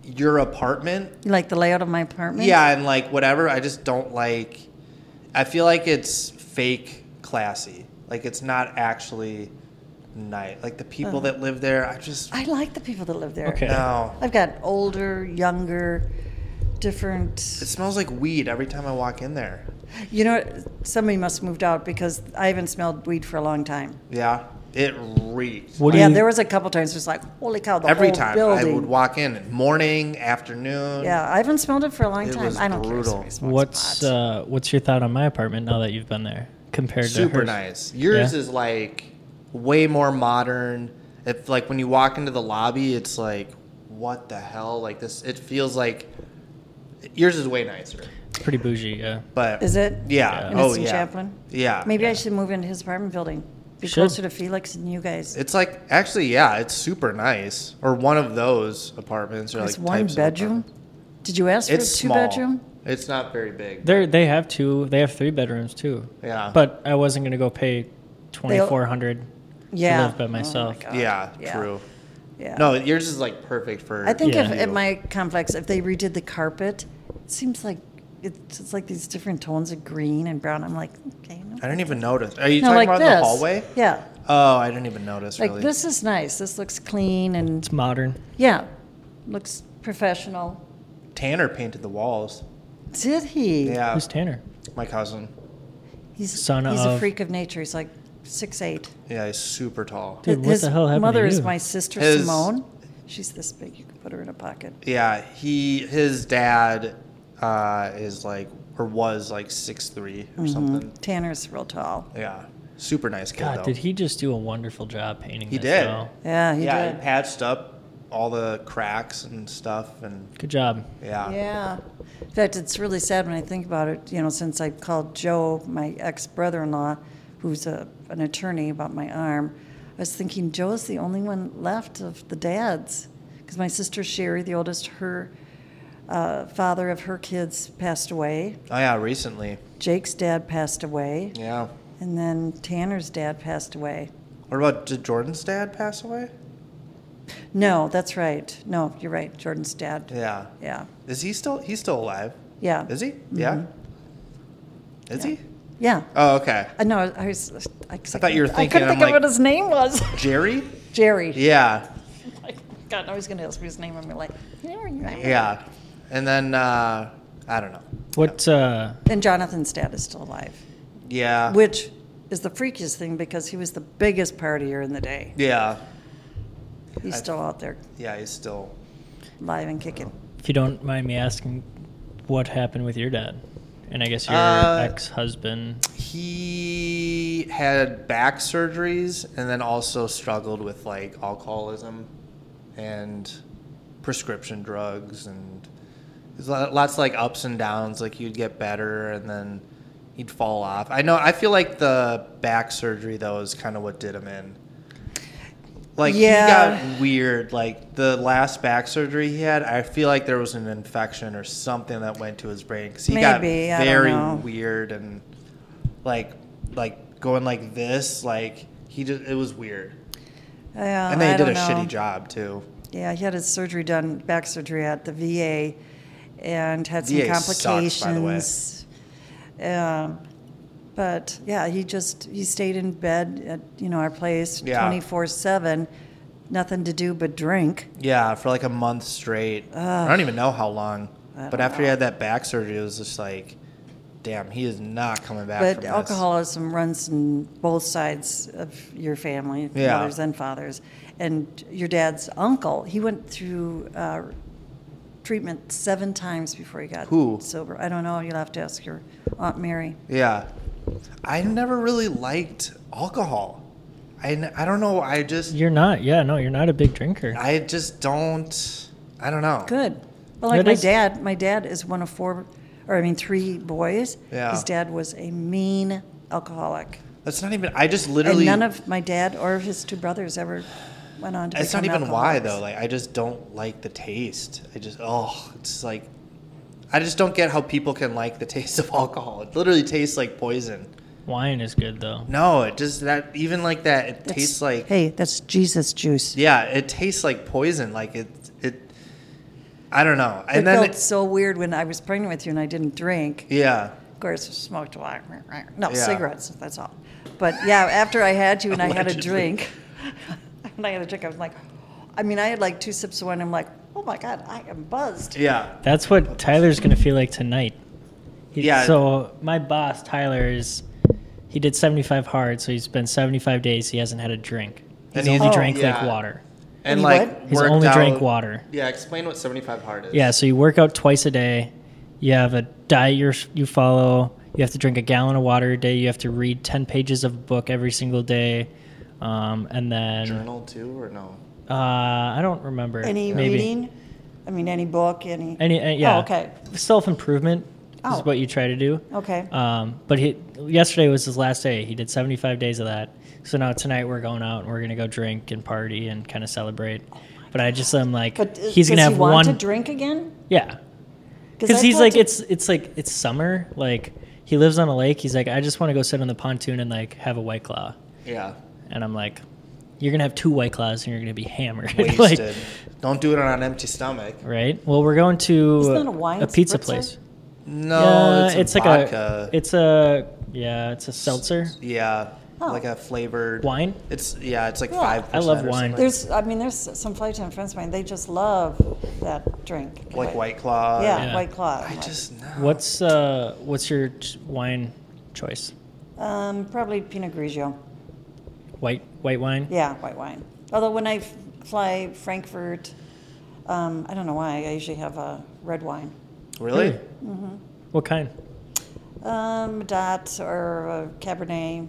your apartment
you like the layout of my apartment?
Yeah, and like whatever. I just don't like. I feel like it's fake classy. Like it's not actually nice. Like the people that live there, I just
I like the people that live there.
Okay.
no.
I've got older, younger, different.
It smells like weed every time I walk in there.
You know, what? somebody must have moved out because I haven't smelled weed for a long time.
Yeah, it reeks.
What do
yeah,
you
there was a couple times it's like, holy cow, the
every
whole
time
building.
I would walk in, morning, afternoon.
Yeah, I haven't smelled it for a long
It
time.
was
I don't care. if
brutal.
somebody smokes
what's
pot.
uh what's your thought on my apartment now that you've been there compared to
super
hers?
nice. Yours
Yeah.
is like way more modern. If like when you walk into the lobby, it's like what the hell? Like this, it feels like yours is way nicer.
It's pretty bougie, yeah.
But
Is it?
Yeah.
In
Oh
Easton
yeah.
Chaplin?
Yeah.
Maybe I should move into his apartment building. Be
Should.
closer to Felix and you guys.
It's like actually, yeah, it's super nice. Or one of those apartments, or like
It's one
types of
bedroom.
apartments.
Did you ask for
It's
a two
small.
bedroom?
It's not very big.
They they have two. They have three bedrooms too.
Yeah.
But I wasn't gonna go pay twenty four hundred.
Yeah.
live by
Oh, my
myself.
God.
yeah, true.
Yeah.
No, yours is like perfect for.
I think
Yeah.
if
you.
at my complex, if they redid the carpet, it seems like it's, it's like these different tones of green and brown. I'm like, okay, no.
I didn't even notice. Are you
No, like
talking about
this.
the hallway?
Yeah.
Oh, I didn't even notice.
Like
really.
this is nice. This looks clean and
It's modern.
yeah, looks professional.
Tanner painted the walls.
Did he?
Yeah,
Who's Tanner?
my cousin.
He's
Son
he's a
of-
freak of nature. He's like six eight.
Yeah, he's super tall.
Dude, what
His
the hell happened to
mother is
you?
my sister
His-
Simone. She's this big. You can put her in a pocket.
Yeah, he his dad uh, is like or was like six three
Mm-hmm.
or something.
Tanner's real tall.
Yeah, super nice kid
God,
though.
did he just do a wonderful job painting?
He
this,
did.
though?
Yeah, he
yeah,
did.
he patched up all the cracks and stuff, and
Good job.
yeah,
Yeah. In fact, it's really sad when I think about it, you know, since I called Joe, my ex brother in law, who's a, an attorney about my arm, I was thinking Joe's the only one left of the dads. Because my sister Sherry, the oldest, her uh, father of her kids passed away.
oh yeah, recently,
Jake's dad passed away.
yeah.
And then Tanner's dad passed away.
What about did Jordan's dad pass away?
No, that's right. No, you're right. Jordan's dad.
Yeah,
Yeah.
is he still he's still alive?
Yeah.
Is he? Yeah. Is he?
Yeah.
Oh, okay.
Uh, no, I was. I, I
thought you were
I couldn't
thinking, I'm
think of
like-
what his name was.
Jerry?
Jerry.
Yeah,
Like, God, I was going to ask me his name. I'm like, "Yeah, you know."
yeah. And then uh, I don't know.
What? Uh,
And Jonathan's dad is still alive,
Yeah.
which is the freakiest thing because he was the biggest partier in the day.
yeah.
He's still out there,
Yeah, he's still.
live and kicking.
if you don't mind me asking, what happened with your dad? And I guess your
Uh,
ex-husband.
He had back surgeries and then also struggled with like alcoholism and prescription drugs and there's lo- lots of like ups and downs. Like you'd get better and then he'd fall off. I know. I feel like the back surgery though is kind of what did him in. Like
Yeah.
he got weird. Like the last back surgery he had, I feel like there was an infection or something that went to his brain because he got
Maybe, I don't
very
know.
weird and like like going like this. Like he just it was weird.
Yeah,
And then
Oh, I
he did a
don't know.
shitty job too.
Yeah, he had his surgery done, back surgery at the VA, and had some
VA sucks, by the way.
complications. Um, but yeah, he just he stayed in bed at you know our place
Yeah.
twenty four seven, nothing to do but drink.
Yeah, for like a month straight. I don't even know how long.
I
But
don't
after he had that back surgery, it was just like, damn, he is not coming back.
But
from this.
alcoholism runs in both sides of your family,
Yeah.
mothers and fathers. And your dad's uncle, he went through uh, treatment seven times before he got
Who?
sober. I don't know. You'll have to ask your aunt Mary.
Yeah, I never really liked alcohol. I, n- I don't know. I just
You're not. Yeah, no, you're not a big drinker.
I just don't. I don't know.
Good. Well, like
That
my
is-
dad, my dad is one of four, or I mean three boys.
Yeah.
His dad was a mean alcoholic,
That's not even. I just literally.
and none of my dad or his two brothers ever went on to.
It's not
become
even why
alcoholics.
though. Like I just don't like the taste. I just oh, it's like. I just don't get how people can like the taste of alcohol. It literally tastes like poison.
Wine is good though.
No, it just that even like that. It
That's-
tastes like
Hey, that's Jesus juice.
Yeah, it tastes like poison. Like it, it. I don't know.
It
And then,
felt
it-
so weird when I was pregnant with you and I didn't drink.
yeah,
Of course, smoked wine, no
Yeah.
cigarettes. That's all. But yeah, after I had you and I had a
Allegedly.
drink, when I had a drink, I was like, I mean, I had like two sips of wine. I'm like, oh my god, I am buzzed.
yeah,
That's what Tyler's gonna feel like tonight. He-
Yeah.
So my boss Tyler is, he did 75 hard, so he's been 75 days. He hasn't had a drink. He's
And he-
only
Oh.
drank like
yeah.
water.
and
he
like
what?
He's
worked
only
out-
drank water.
Yeah, explain what seventy-five hard is.
Yeah. So you work out twice a day. You have a diet you're, you follow. You have to drink a gallon of water a day. You have to read 10 pages of a book every single day. Um, and then
journal too, or no?
uh, I don't remember.
Any
Maybe.
reading? I mean, any book, any.
Any, uh, yeah.
Oh, okay.
Self improvement
Oh.
is what you try to do.
Okay.
Um, but he, yesterday was his last day. He did 75 days of that. So now tonight we're going out and we're gonna go drink and party and kind of celebrate. but I just am like,
Oh but uh,
he's gonna
does
have
he want
one.
to drink again? I
Yeah, because he's
thought
like,
to-
it's it's like it's summer. Like he lives on a lake. He's like, I just want to go sit on the pontoon and like have a white claw.
Yeah.
And I'm like, you're gonna have two white claws and you're gonna be hammered. Like,
Wasted. Don't do it on an empty stomach.
right? Well, we're going to
Isn't that a wine
pizza
spritzer?
place.
No,
yeah,
Oh, it's,
it's, like
vodka.
a. It's a yeah, it's a seltzer.
yeah,
Oh.
like a flavored
Wine?
It's yeah, it's like
Yeah.
five.
I love wine.
There's, I mean, there's some flight attendant friends of mine. They just love that drink.
like White Claw.
Yeah,
Yeah.
White Claw.
I just no.
What's uh what's your ch- wine choice?
Um, probably Pinot Grigio.
White white wine?
Yeah, white wine. Although when I f- fly Frankfurt, um, I don't know why I usually have a red wine,
really?
What kind?
um, Dot or a Cabernet,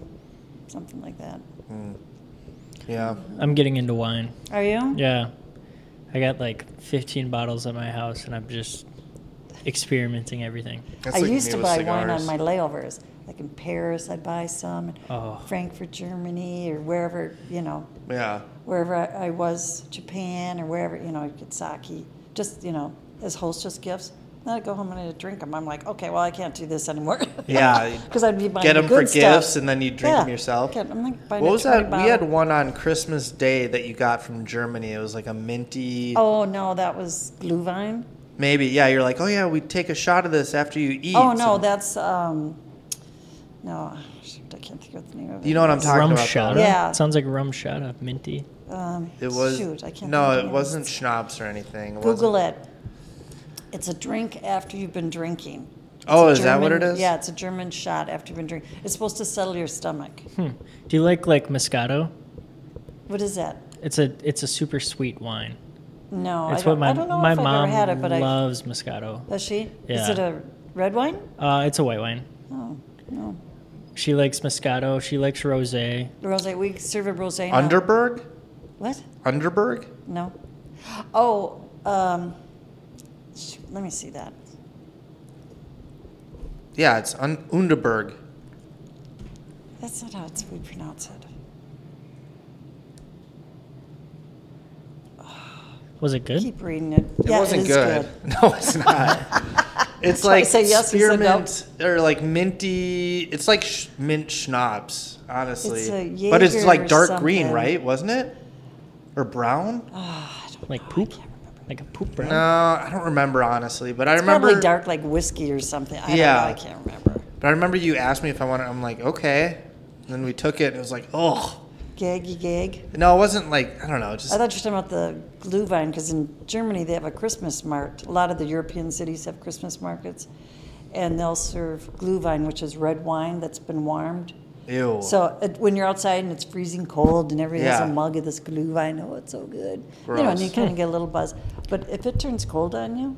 something like that.
Yeah.
I'm getting into wine.
Are you?
Yeah. I got like 15 bottles at my house and I'm just experimenting everything.
That's
I
like
used to
new
buy wine
cigars.
on my layovers. Like in Paris, I'd buy some, and
Oh.
Frankfurt, Germany, or wherever, you know,
Yeah.
wherever I, I was, Japan, or wherever, you know, I'd get sake, just, you know, as hostess gifts. Then I'd go home and I'd drink them. I'm like, okay, well, I can't do this anymore.
Yeah.
Because I'd be buying
Get
the
them for
good stuff.
gifts, and then you drink them
Yeah.
yourself.
Okay, I'm like buying
What
a
was that?
20
We had
bottle.
one on Christmas Day that you got from Germany. It was like a minty.
Oh, no, that was Glühwein.
Maybe. Yeah. You're like, oh yeah, we take a shot of this after you eat.
Oh, no,
And-
that's, um, no, shoot, I can't think of the name of it.
you know what I'm talking
rum
about?
shot.
though.
Yeah.
Sounds like rum shot, minty.
Um,
It was.
Shoot, I can't
no,
think of the
it
name.
wasn't schnapps or anything. was
Google it. It's a drink after you've been drinking. It's
Oh,
a
is that what it
German-
is?
Yeah, it's a German shot after you've been drinking. It's supposed to settle your stomach.
Hmm. Do you like like Moscato?
What is that?
It's a it's a super sweet wine.
No, Oh, I
It's
don't,
what my
I don't know
my
if
mom
I've ever had it, but
loves Moscato.
I. Does she? Is
Yeah.
it a red wine?
Uh, it's a white wine.
Oh, no.
She likes Moscato. She likes rosé.
Rosé. We serve a rosé. now.
Underberg?
What?
Underberg?
No. Oh, um, shoot, let me see that.
Yeah, it's un- Underberg.
That's not how it's, we pronounce it.
Was it good?
Keep reading it.
It
yeah,
wasn't
it is
good. No, it's not. it's
That's why I
like
said yes, he said no.
spearmint or like minty. It's like sh- mint schnapps, honestly.
It's a
but it's
Jaeger
like
or
dark green,
something.
right? Wasn't it? Or brown?
Ah, I don't
Like
know. I
poop?
can't remember.
Like a poop brown?
No, I don't remember honestly. But I
It's
remember.
probably dark like whiskey or something. I
Yeah.
don't know. I can't remember.
But I remember you asked me if I wanted. I'm like, okay. And then we took it, and it was like, oh.
Gaggy gag.
No, it wasn't like I don't know. Just
I thought you were talking about the glue vine because in Germany they have a Christmas mart. A lot of the European cities have Christmas markets, and they'll serve glue vine, which is red wine that's been warmed.
ew.
So it, when you're outside and it's freezing cold and everybody has
Yeah.
a mug of this glue vine, oh, it's so good. You know, and you
Gross.
kind of get a little buzz. But if it turns cold on you,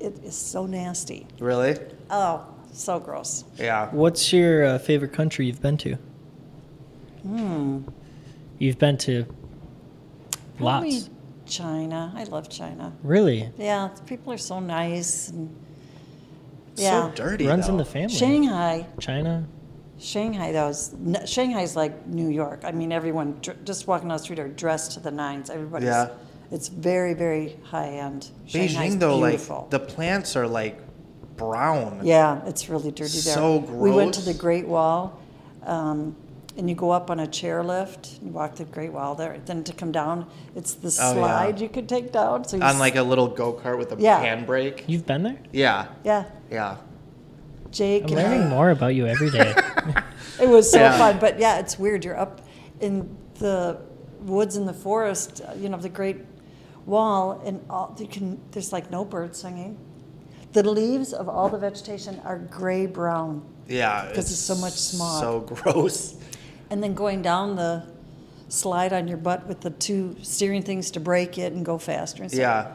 it is so nasty.
really?
Oh, so gross.
Yeah.
What's your uh, favorite country you've been to? You've been to
Probably
lots.
China. I love China.
Really?
Yeah, people are so nice and yeah.
So dirty.
Runs in
though.
the family.
Shanghai,
China.
Shanghai though is n- Shanghai's like New York. I mean, everyone dr- just walking down the street are dressed to the nines. Everybody's
Yeah.
It's very very high end. Shanghai's
Beijing though,
beautiful.
like the plants are like brown.
yeah, it's really dirty there.
So
We went to
gross.
the Great Wall, um, and you go up on a chairlift. You walk the Great Wall there. Then to come down, it's the
Oh, yeah.
slide you could take down. So you
On
s-
like a little go kart with a
Yeah.
handbrake.
You've been there?
Yeah,
yeah,
yeah.
Jake.
I'm
and I-
learning more about you every day.
It was so
Yeah.
fun, but yeah, it's weird. You're up in the woods in the forest, uh, you know, the Great Wall, and all you can. There's like no birds singing. The leaves of all the vegetation are gray brown,
Yeah.
'Because it's so much smog.
So gross.
and then going down the slide on your butt with the two steering things to brake it and go faster. And stuff.
Yeah.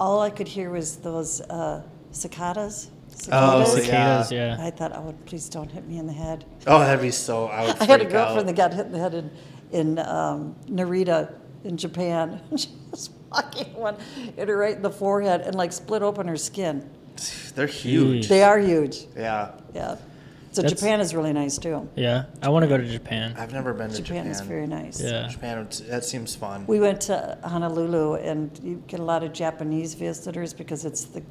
All I could hear was those uh, cicadas.
Oh,
Cicadas.
Cicadas,
yeah.
yeah.
I thought, oh, please don't hit me in the head.
Oh, that'd be so. I, would
I had a
freak out.
girlfriend that got hit in the head in, in um, Narita in Japan. she was walking one, hit her right in the forehead and like split open her skin.
They're huge.
They are huge.
Yeah.
Yeah. So
That's-
Japan is really nice too.
Yeah, I want to go to Japan.
I've never been to
Japan,
Japan.
is very nice.
Yeah,
Japan, that seems fun.
We went to Honolulu, and you get a lot of Japanese visitors because it's the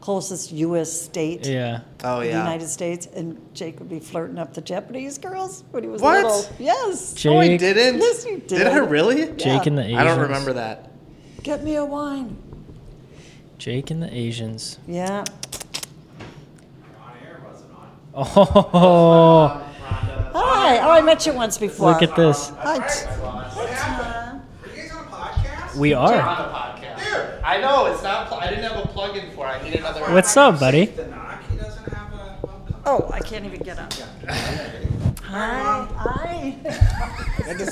closest U.S. state
yeah.
to
oh
the
yeah.
United States. And Jake would be flirting up the Japanese girls when he was
What?
little. Yes.
Jake,
Oh, I didn't.
Yes, you
Did I
did.
really?
Jake and the Asians.
I don't remember that.
Get me a wine.
Jake and the Asians.
Yeah.
Oh,
Hi. Oh, I met you once before.
look at this.
Hi. T-
We are.
Dude, I know it's not. Pl- I didn't have a plug-in for. it. I need another.
What's up, buddy?
Oh, I can't even get up. Hi. Hi.
Good to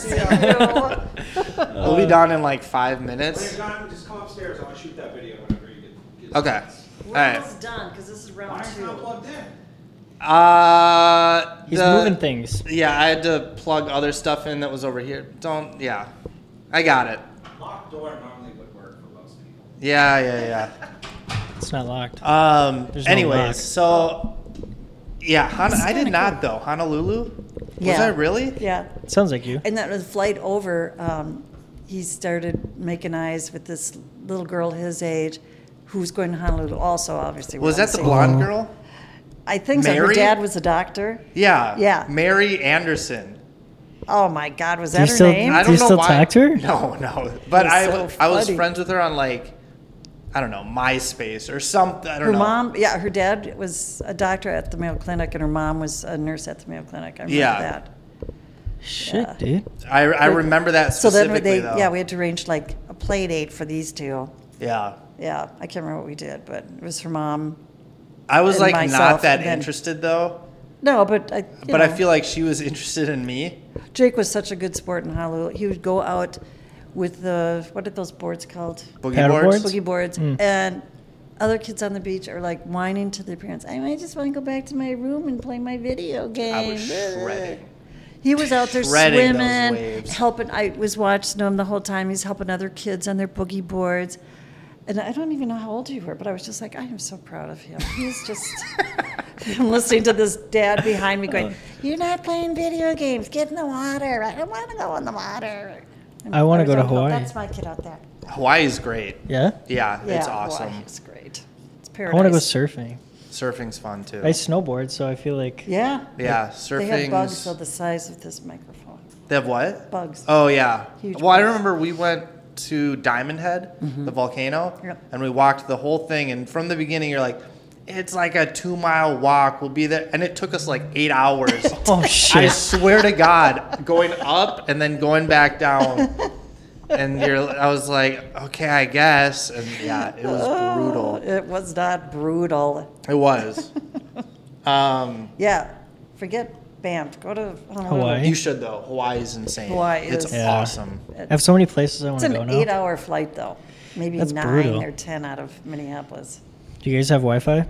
see we'll be done in like five minutes.
just come upstairs. I want to shoot that video whenever you get.
Okay. All
We're
right.
almost done because this is round
Mine's not
two.
plugged in.
Uh.
He's
the-
moving things.
Yeah, I had to plug other stuff in that was over here. Don't. Yeah. I got it.
Locked door normally would work for most people.
Yeah. Yeah. Yeah.
It's not locked.
Um,
There's no lock.
anyways, so yeah, Hon- I did not though. Honolulu? Was
Yeah.
I really?
Yeah.
Sounds like you.
And that was flight over. Um, he started making eyes with this little girl his age, who's going to Honolulu. Also, obviously, we're
Was
on
that the
same-
blonde girl?
I think so. Her
Mary?
dad was a doctor.
Yeah.
Yeah.
Mary Anderson.
Oh my God, was
you
that her
still-
name?
I
Do
don't
you
know
still
why.
talk to her?
No, no. But I,
That's
w-
so
I was
funny.
friends with her on like I don't know MySpace or something. I don't
her
know.
mom, yeah, her dad was a doctor at the Mayo Clinic, and her mom was a nurse at the Mayo Clinic. I remember
Yeah.
that.
Shit,
Yeah.
dude.
I, I remember that
So then
specifically
they,
though.
yeah, we had to arrange like a play date for these two.
yeah.
Yeah, I can't remember what we did, but it was her mom.
I was
And
like
myself,
not that
and then-
interested though,
No, but I. you
but I
know.
feel like she was interested in me.
Jake was such a good sport in Honolulu. He would go out with the what are those boards called?
Boogie
Paddleboards?
boards.
Boogie boards. And other kids on the beach are like whining to their parents, I might just want to go back to my room and play my video game.
I was shredded.
He was out there
shredding those
swimming,
waves.
helping. I was watching him the whole time. He's helping other kids on their boogie boards. And I don't even know how old you were, but I was just like, I am so proud of him. He's just. I'm listening to this dad behind me going, You're not playing video games. Get in the water. I don't want to go in the water. And
I wanna go to
was like, "No,
Hawaii."
That's my kid out there.
Hawaii's great.
Yeah,
Yeah,
Yeah,
it's awesome.
Hawaii is great. It's
I
paradise.
want to go surfing.
Surfing's fun too.
I snowboard, so I feel like
Yeah.
yeah, surfing.
They have bugs of the size of this microphone.
They have what?
Bugs.
Oh yeah.
Huge
well, I
bugs. Mm-hmm.
remember we went to Diamond Head, the volcano,
Yep.
and we walked the whole thing. And from the beginning, you're like, it's like a two mile walk. We'll be there, and it took us like eight hours.
oh
I
shit.
swear to God, going up and then going back down. And you're, I was like, okay, I guess. And yeah, it was brutal.
Oh, It was not brutal.
It was. Um,
Yeah, forget Banff. Go to Honolulu.
Hawaii.
You should though. Hawaii is insane.
Hawaii
it's
is-
Yeah.
awesome.
I have so many places I want
It's
to go
an
now.
eight-hour flight, though. Maybe
That's
nine
brutal.
or ten out of Minneapolis.
Do you guys have Wi-Fi?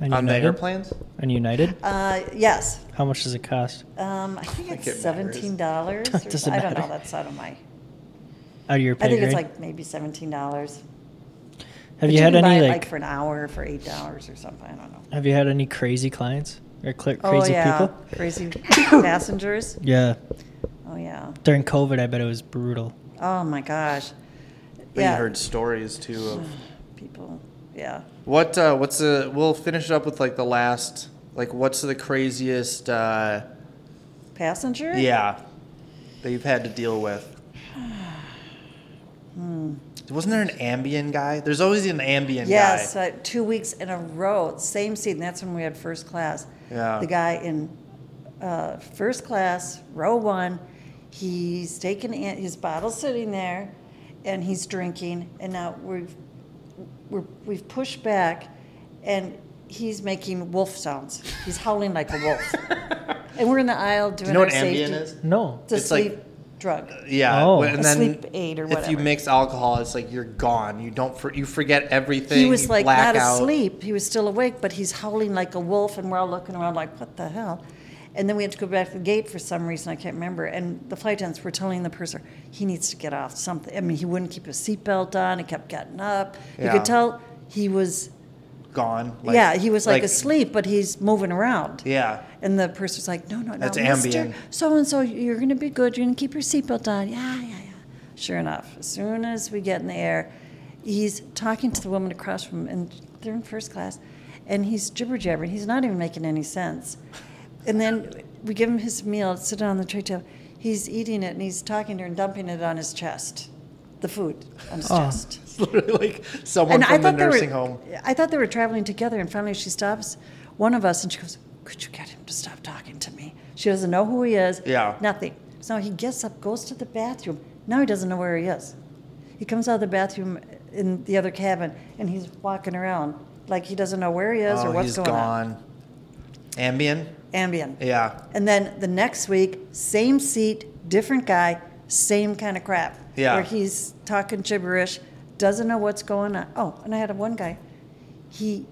On,
On the
United?
airplanes?
On United?
Uh, yes,
How much does it cost?
um, I think it's
it matters.
seventeen dollars.
Doesn't
I don't know.
matter.
That's out of my.
Out of your
I
pay
think
grade?
it's like maybe seventeen dollars.
have you had
can buy
any
it,
like,
like for an hour for eight dollars or something? I don't know.
Have you had any crazy clients or cl-
oh
crazy
yeah,
people?
crazy passengers.
Yeah.
Oh yeah.
During COVID, I bet it was brutal.
Oh my gosh.
We
yeah.
heard stories too of
people. Yeah.
what uh, what's the we'll finish up with like the last like what's the craziest uh,
Passenger.
yeah that you've had to deal with.
Hmm.
Wasn't there an Ambien guy? There's always an Ambien
Yes,
guy.
uh, two weeks in a row, same seat. And that's when we had first class.
Yeah.
The guy in uh, first class, row one, he's taking in, his bottle sitting there, and he's drinking. And now we've we're, we've pushed back, and he's making wolf sounds. He's howling like a wolf. and we're in the aisle doing.
Do you know
our
what
safety.
Ambien is?
No.
It's a
It's like-
sleep drug.
Yeah,
Oh.
and
A
then
sleep aid or
If you
whatever.
mix alcohol, it's like you're gone. You don't for, you forget everything.
He was
you
like
black
not
out.
asleep. He was still awake, but he's howling like a wolf, and we're all looking around like, what the hell? And then we had to go back to the gate for some reason, I can't remember. And the flight attendants were telling the purser, he needs to get off something. I mean, he wouldn't keep his seatbelt on, he kept getting up. You
Yeah.
could tell he was,
Gone.
yeah, he was like,
a
asleep, but he's moving around.
Yeah.
And the person's like, no, no, no.
That's Ambien.
So and so, you're going to be good. You're going to keep your seatbelt on. Yeah, yeah, yeah. Sure enough, as soon as we get in the air, he's talking to the woman across from him, and they're in first class, and he's jibber jabbering. He's not even making any sense. And then we give him his meal, sit down on the tray table. He's eating it, and he's talking to her and dumping it on his chest, the food on his
Oh.
chest
It's literally like someone from the
they
nursing
were,
home.
I thought they were traveling together, and finally she stops one of us and she goes, Could you get him to stop talking to me? She doesn't know who he is.
Yeah.
Nothing. So he gets up, goes to the bathroom. Now he doesn't know where he is. He comes out of the bathroom in the other cabin and he's walking around like he doesn't know where he is or
Oh,
what's
he's
going on.
gone. Ambien.
Ambien.
Yeah.
And then the next week, same seat, different guy, same kind of crap.
Yeah.
Where he's talking gibberish, doesn't know what's going on. Oh, and I had one guy, he,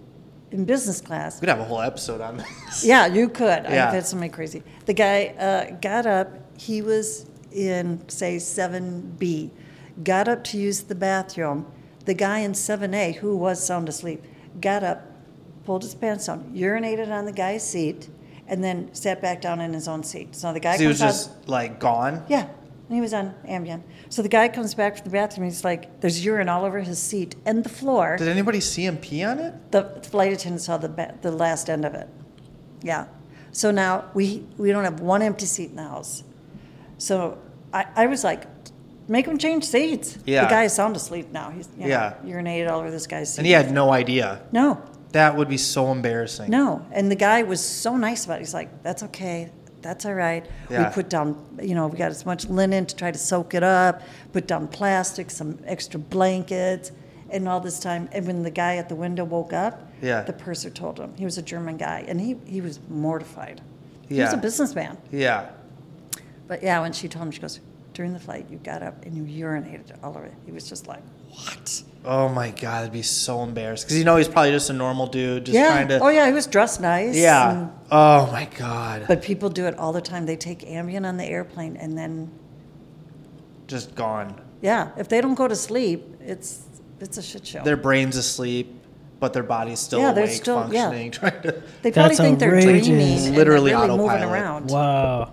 in business class,
We could have a whole episode on this.
yeah, you could.
Yeah.
I've had somebody crazy. The guy uh, got up. He was in, say, 7B, got up to use the bathroom. The guy in 7A, who was sound asleep, got up, pulled his pants down, urinated on the guy's seat, and then sat back down in his own seat. So the guy
'Cause he was
comes out-
just like gone.
yeah, and he was on Ambien. So the guy comes back from the bathroom. He's like, there's urine all over his seat and the floor.
Did anybody see him pee on it?
The flight attendant saw the, ba- the last end of it. Yeah. So now we, we don't have one empty seat in the house. So I, I was like, make him change seats.
Yeah.
The guy is sound asleep now. He's you know,
Yeah.
urinated all over this guy's seat.
And he had no idea.
no,
That would be so embarrassing.
no. And the guy was so nice about it. He's like, that's okay. That's all right.
Yeah.
We put down, you know, we got as much linen to try to soak it up, put down plastic, some extra blankets, and all this time. And when the guy at the window woke up,
Yeah.
the purser told him he was a German guy, and he, he was mortified. He was
Yeah.
a businessman.
Yeah.
But yeah, when she told him, she goes, during the flight, you got up and you urinated all over it. He was just like, what?
Oh my god, it'd be so embarrassed because you know he's probably just a normal dude, just
yeah.
trying to.
Oh, yeah, he was dressed nice.
Yeah.
and-
oh my god.
But people do it all the time. They take Ambien on the airplane and then,
just gone.
yeah, if they don't go to sleep, it's it's a shit show.
Their brain's asleep, but their body's still
Yeah, they're
awake,
still- yeah.
functioning, trying to.
they probably
That's
think they're
outrageous.
dreaming. and they're
Literally
really moving
autopilot.
around.
Wow.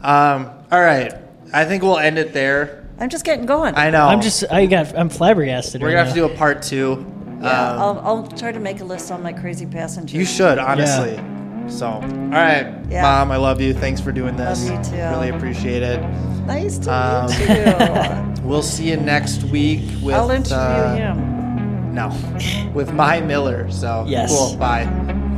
Um. All right. I think we'll end it there.
I'm just getting going.
I know.
I'm just I got I'm flabbergasted.
We're
right
gonna have to
now.
do a part two.
Yeah,
Um,
I'll, I'll try to make a list on my crazy passengers.
you should honestly. So, all right,
Yeah.
mom, I love you. Thanks for doing this.
Love you too.
Really appreciate it.
Nice to
Um,
meet you.
We'll see you next week with
I'll interview
uh,
him.
No, with my Miller. So
Yes.
cool. Bye.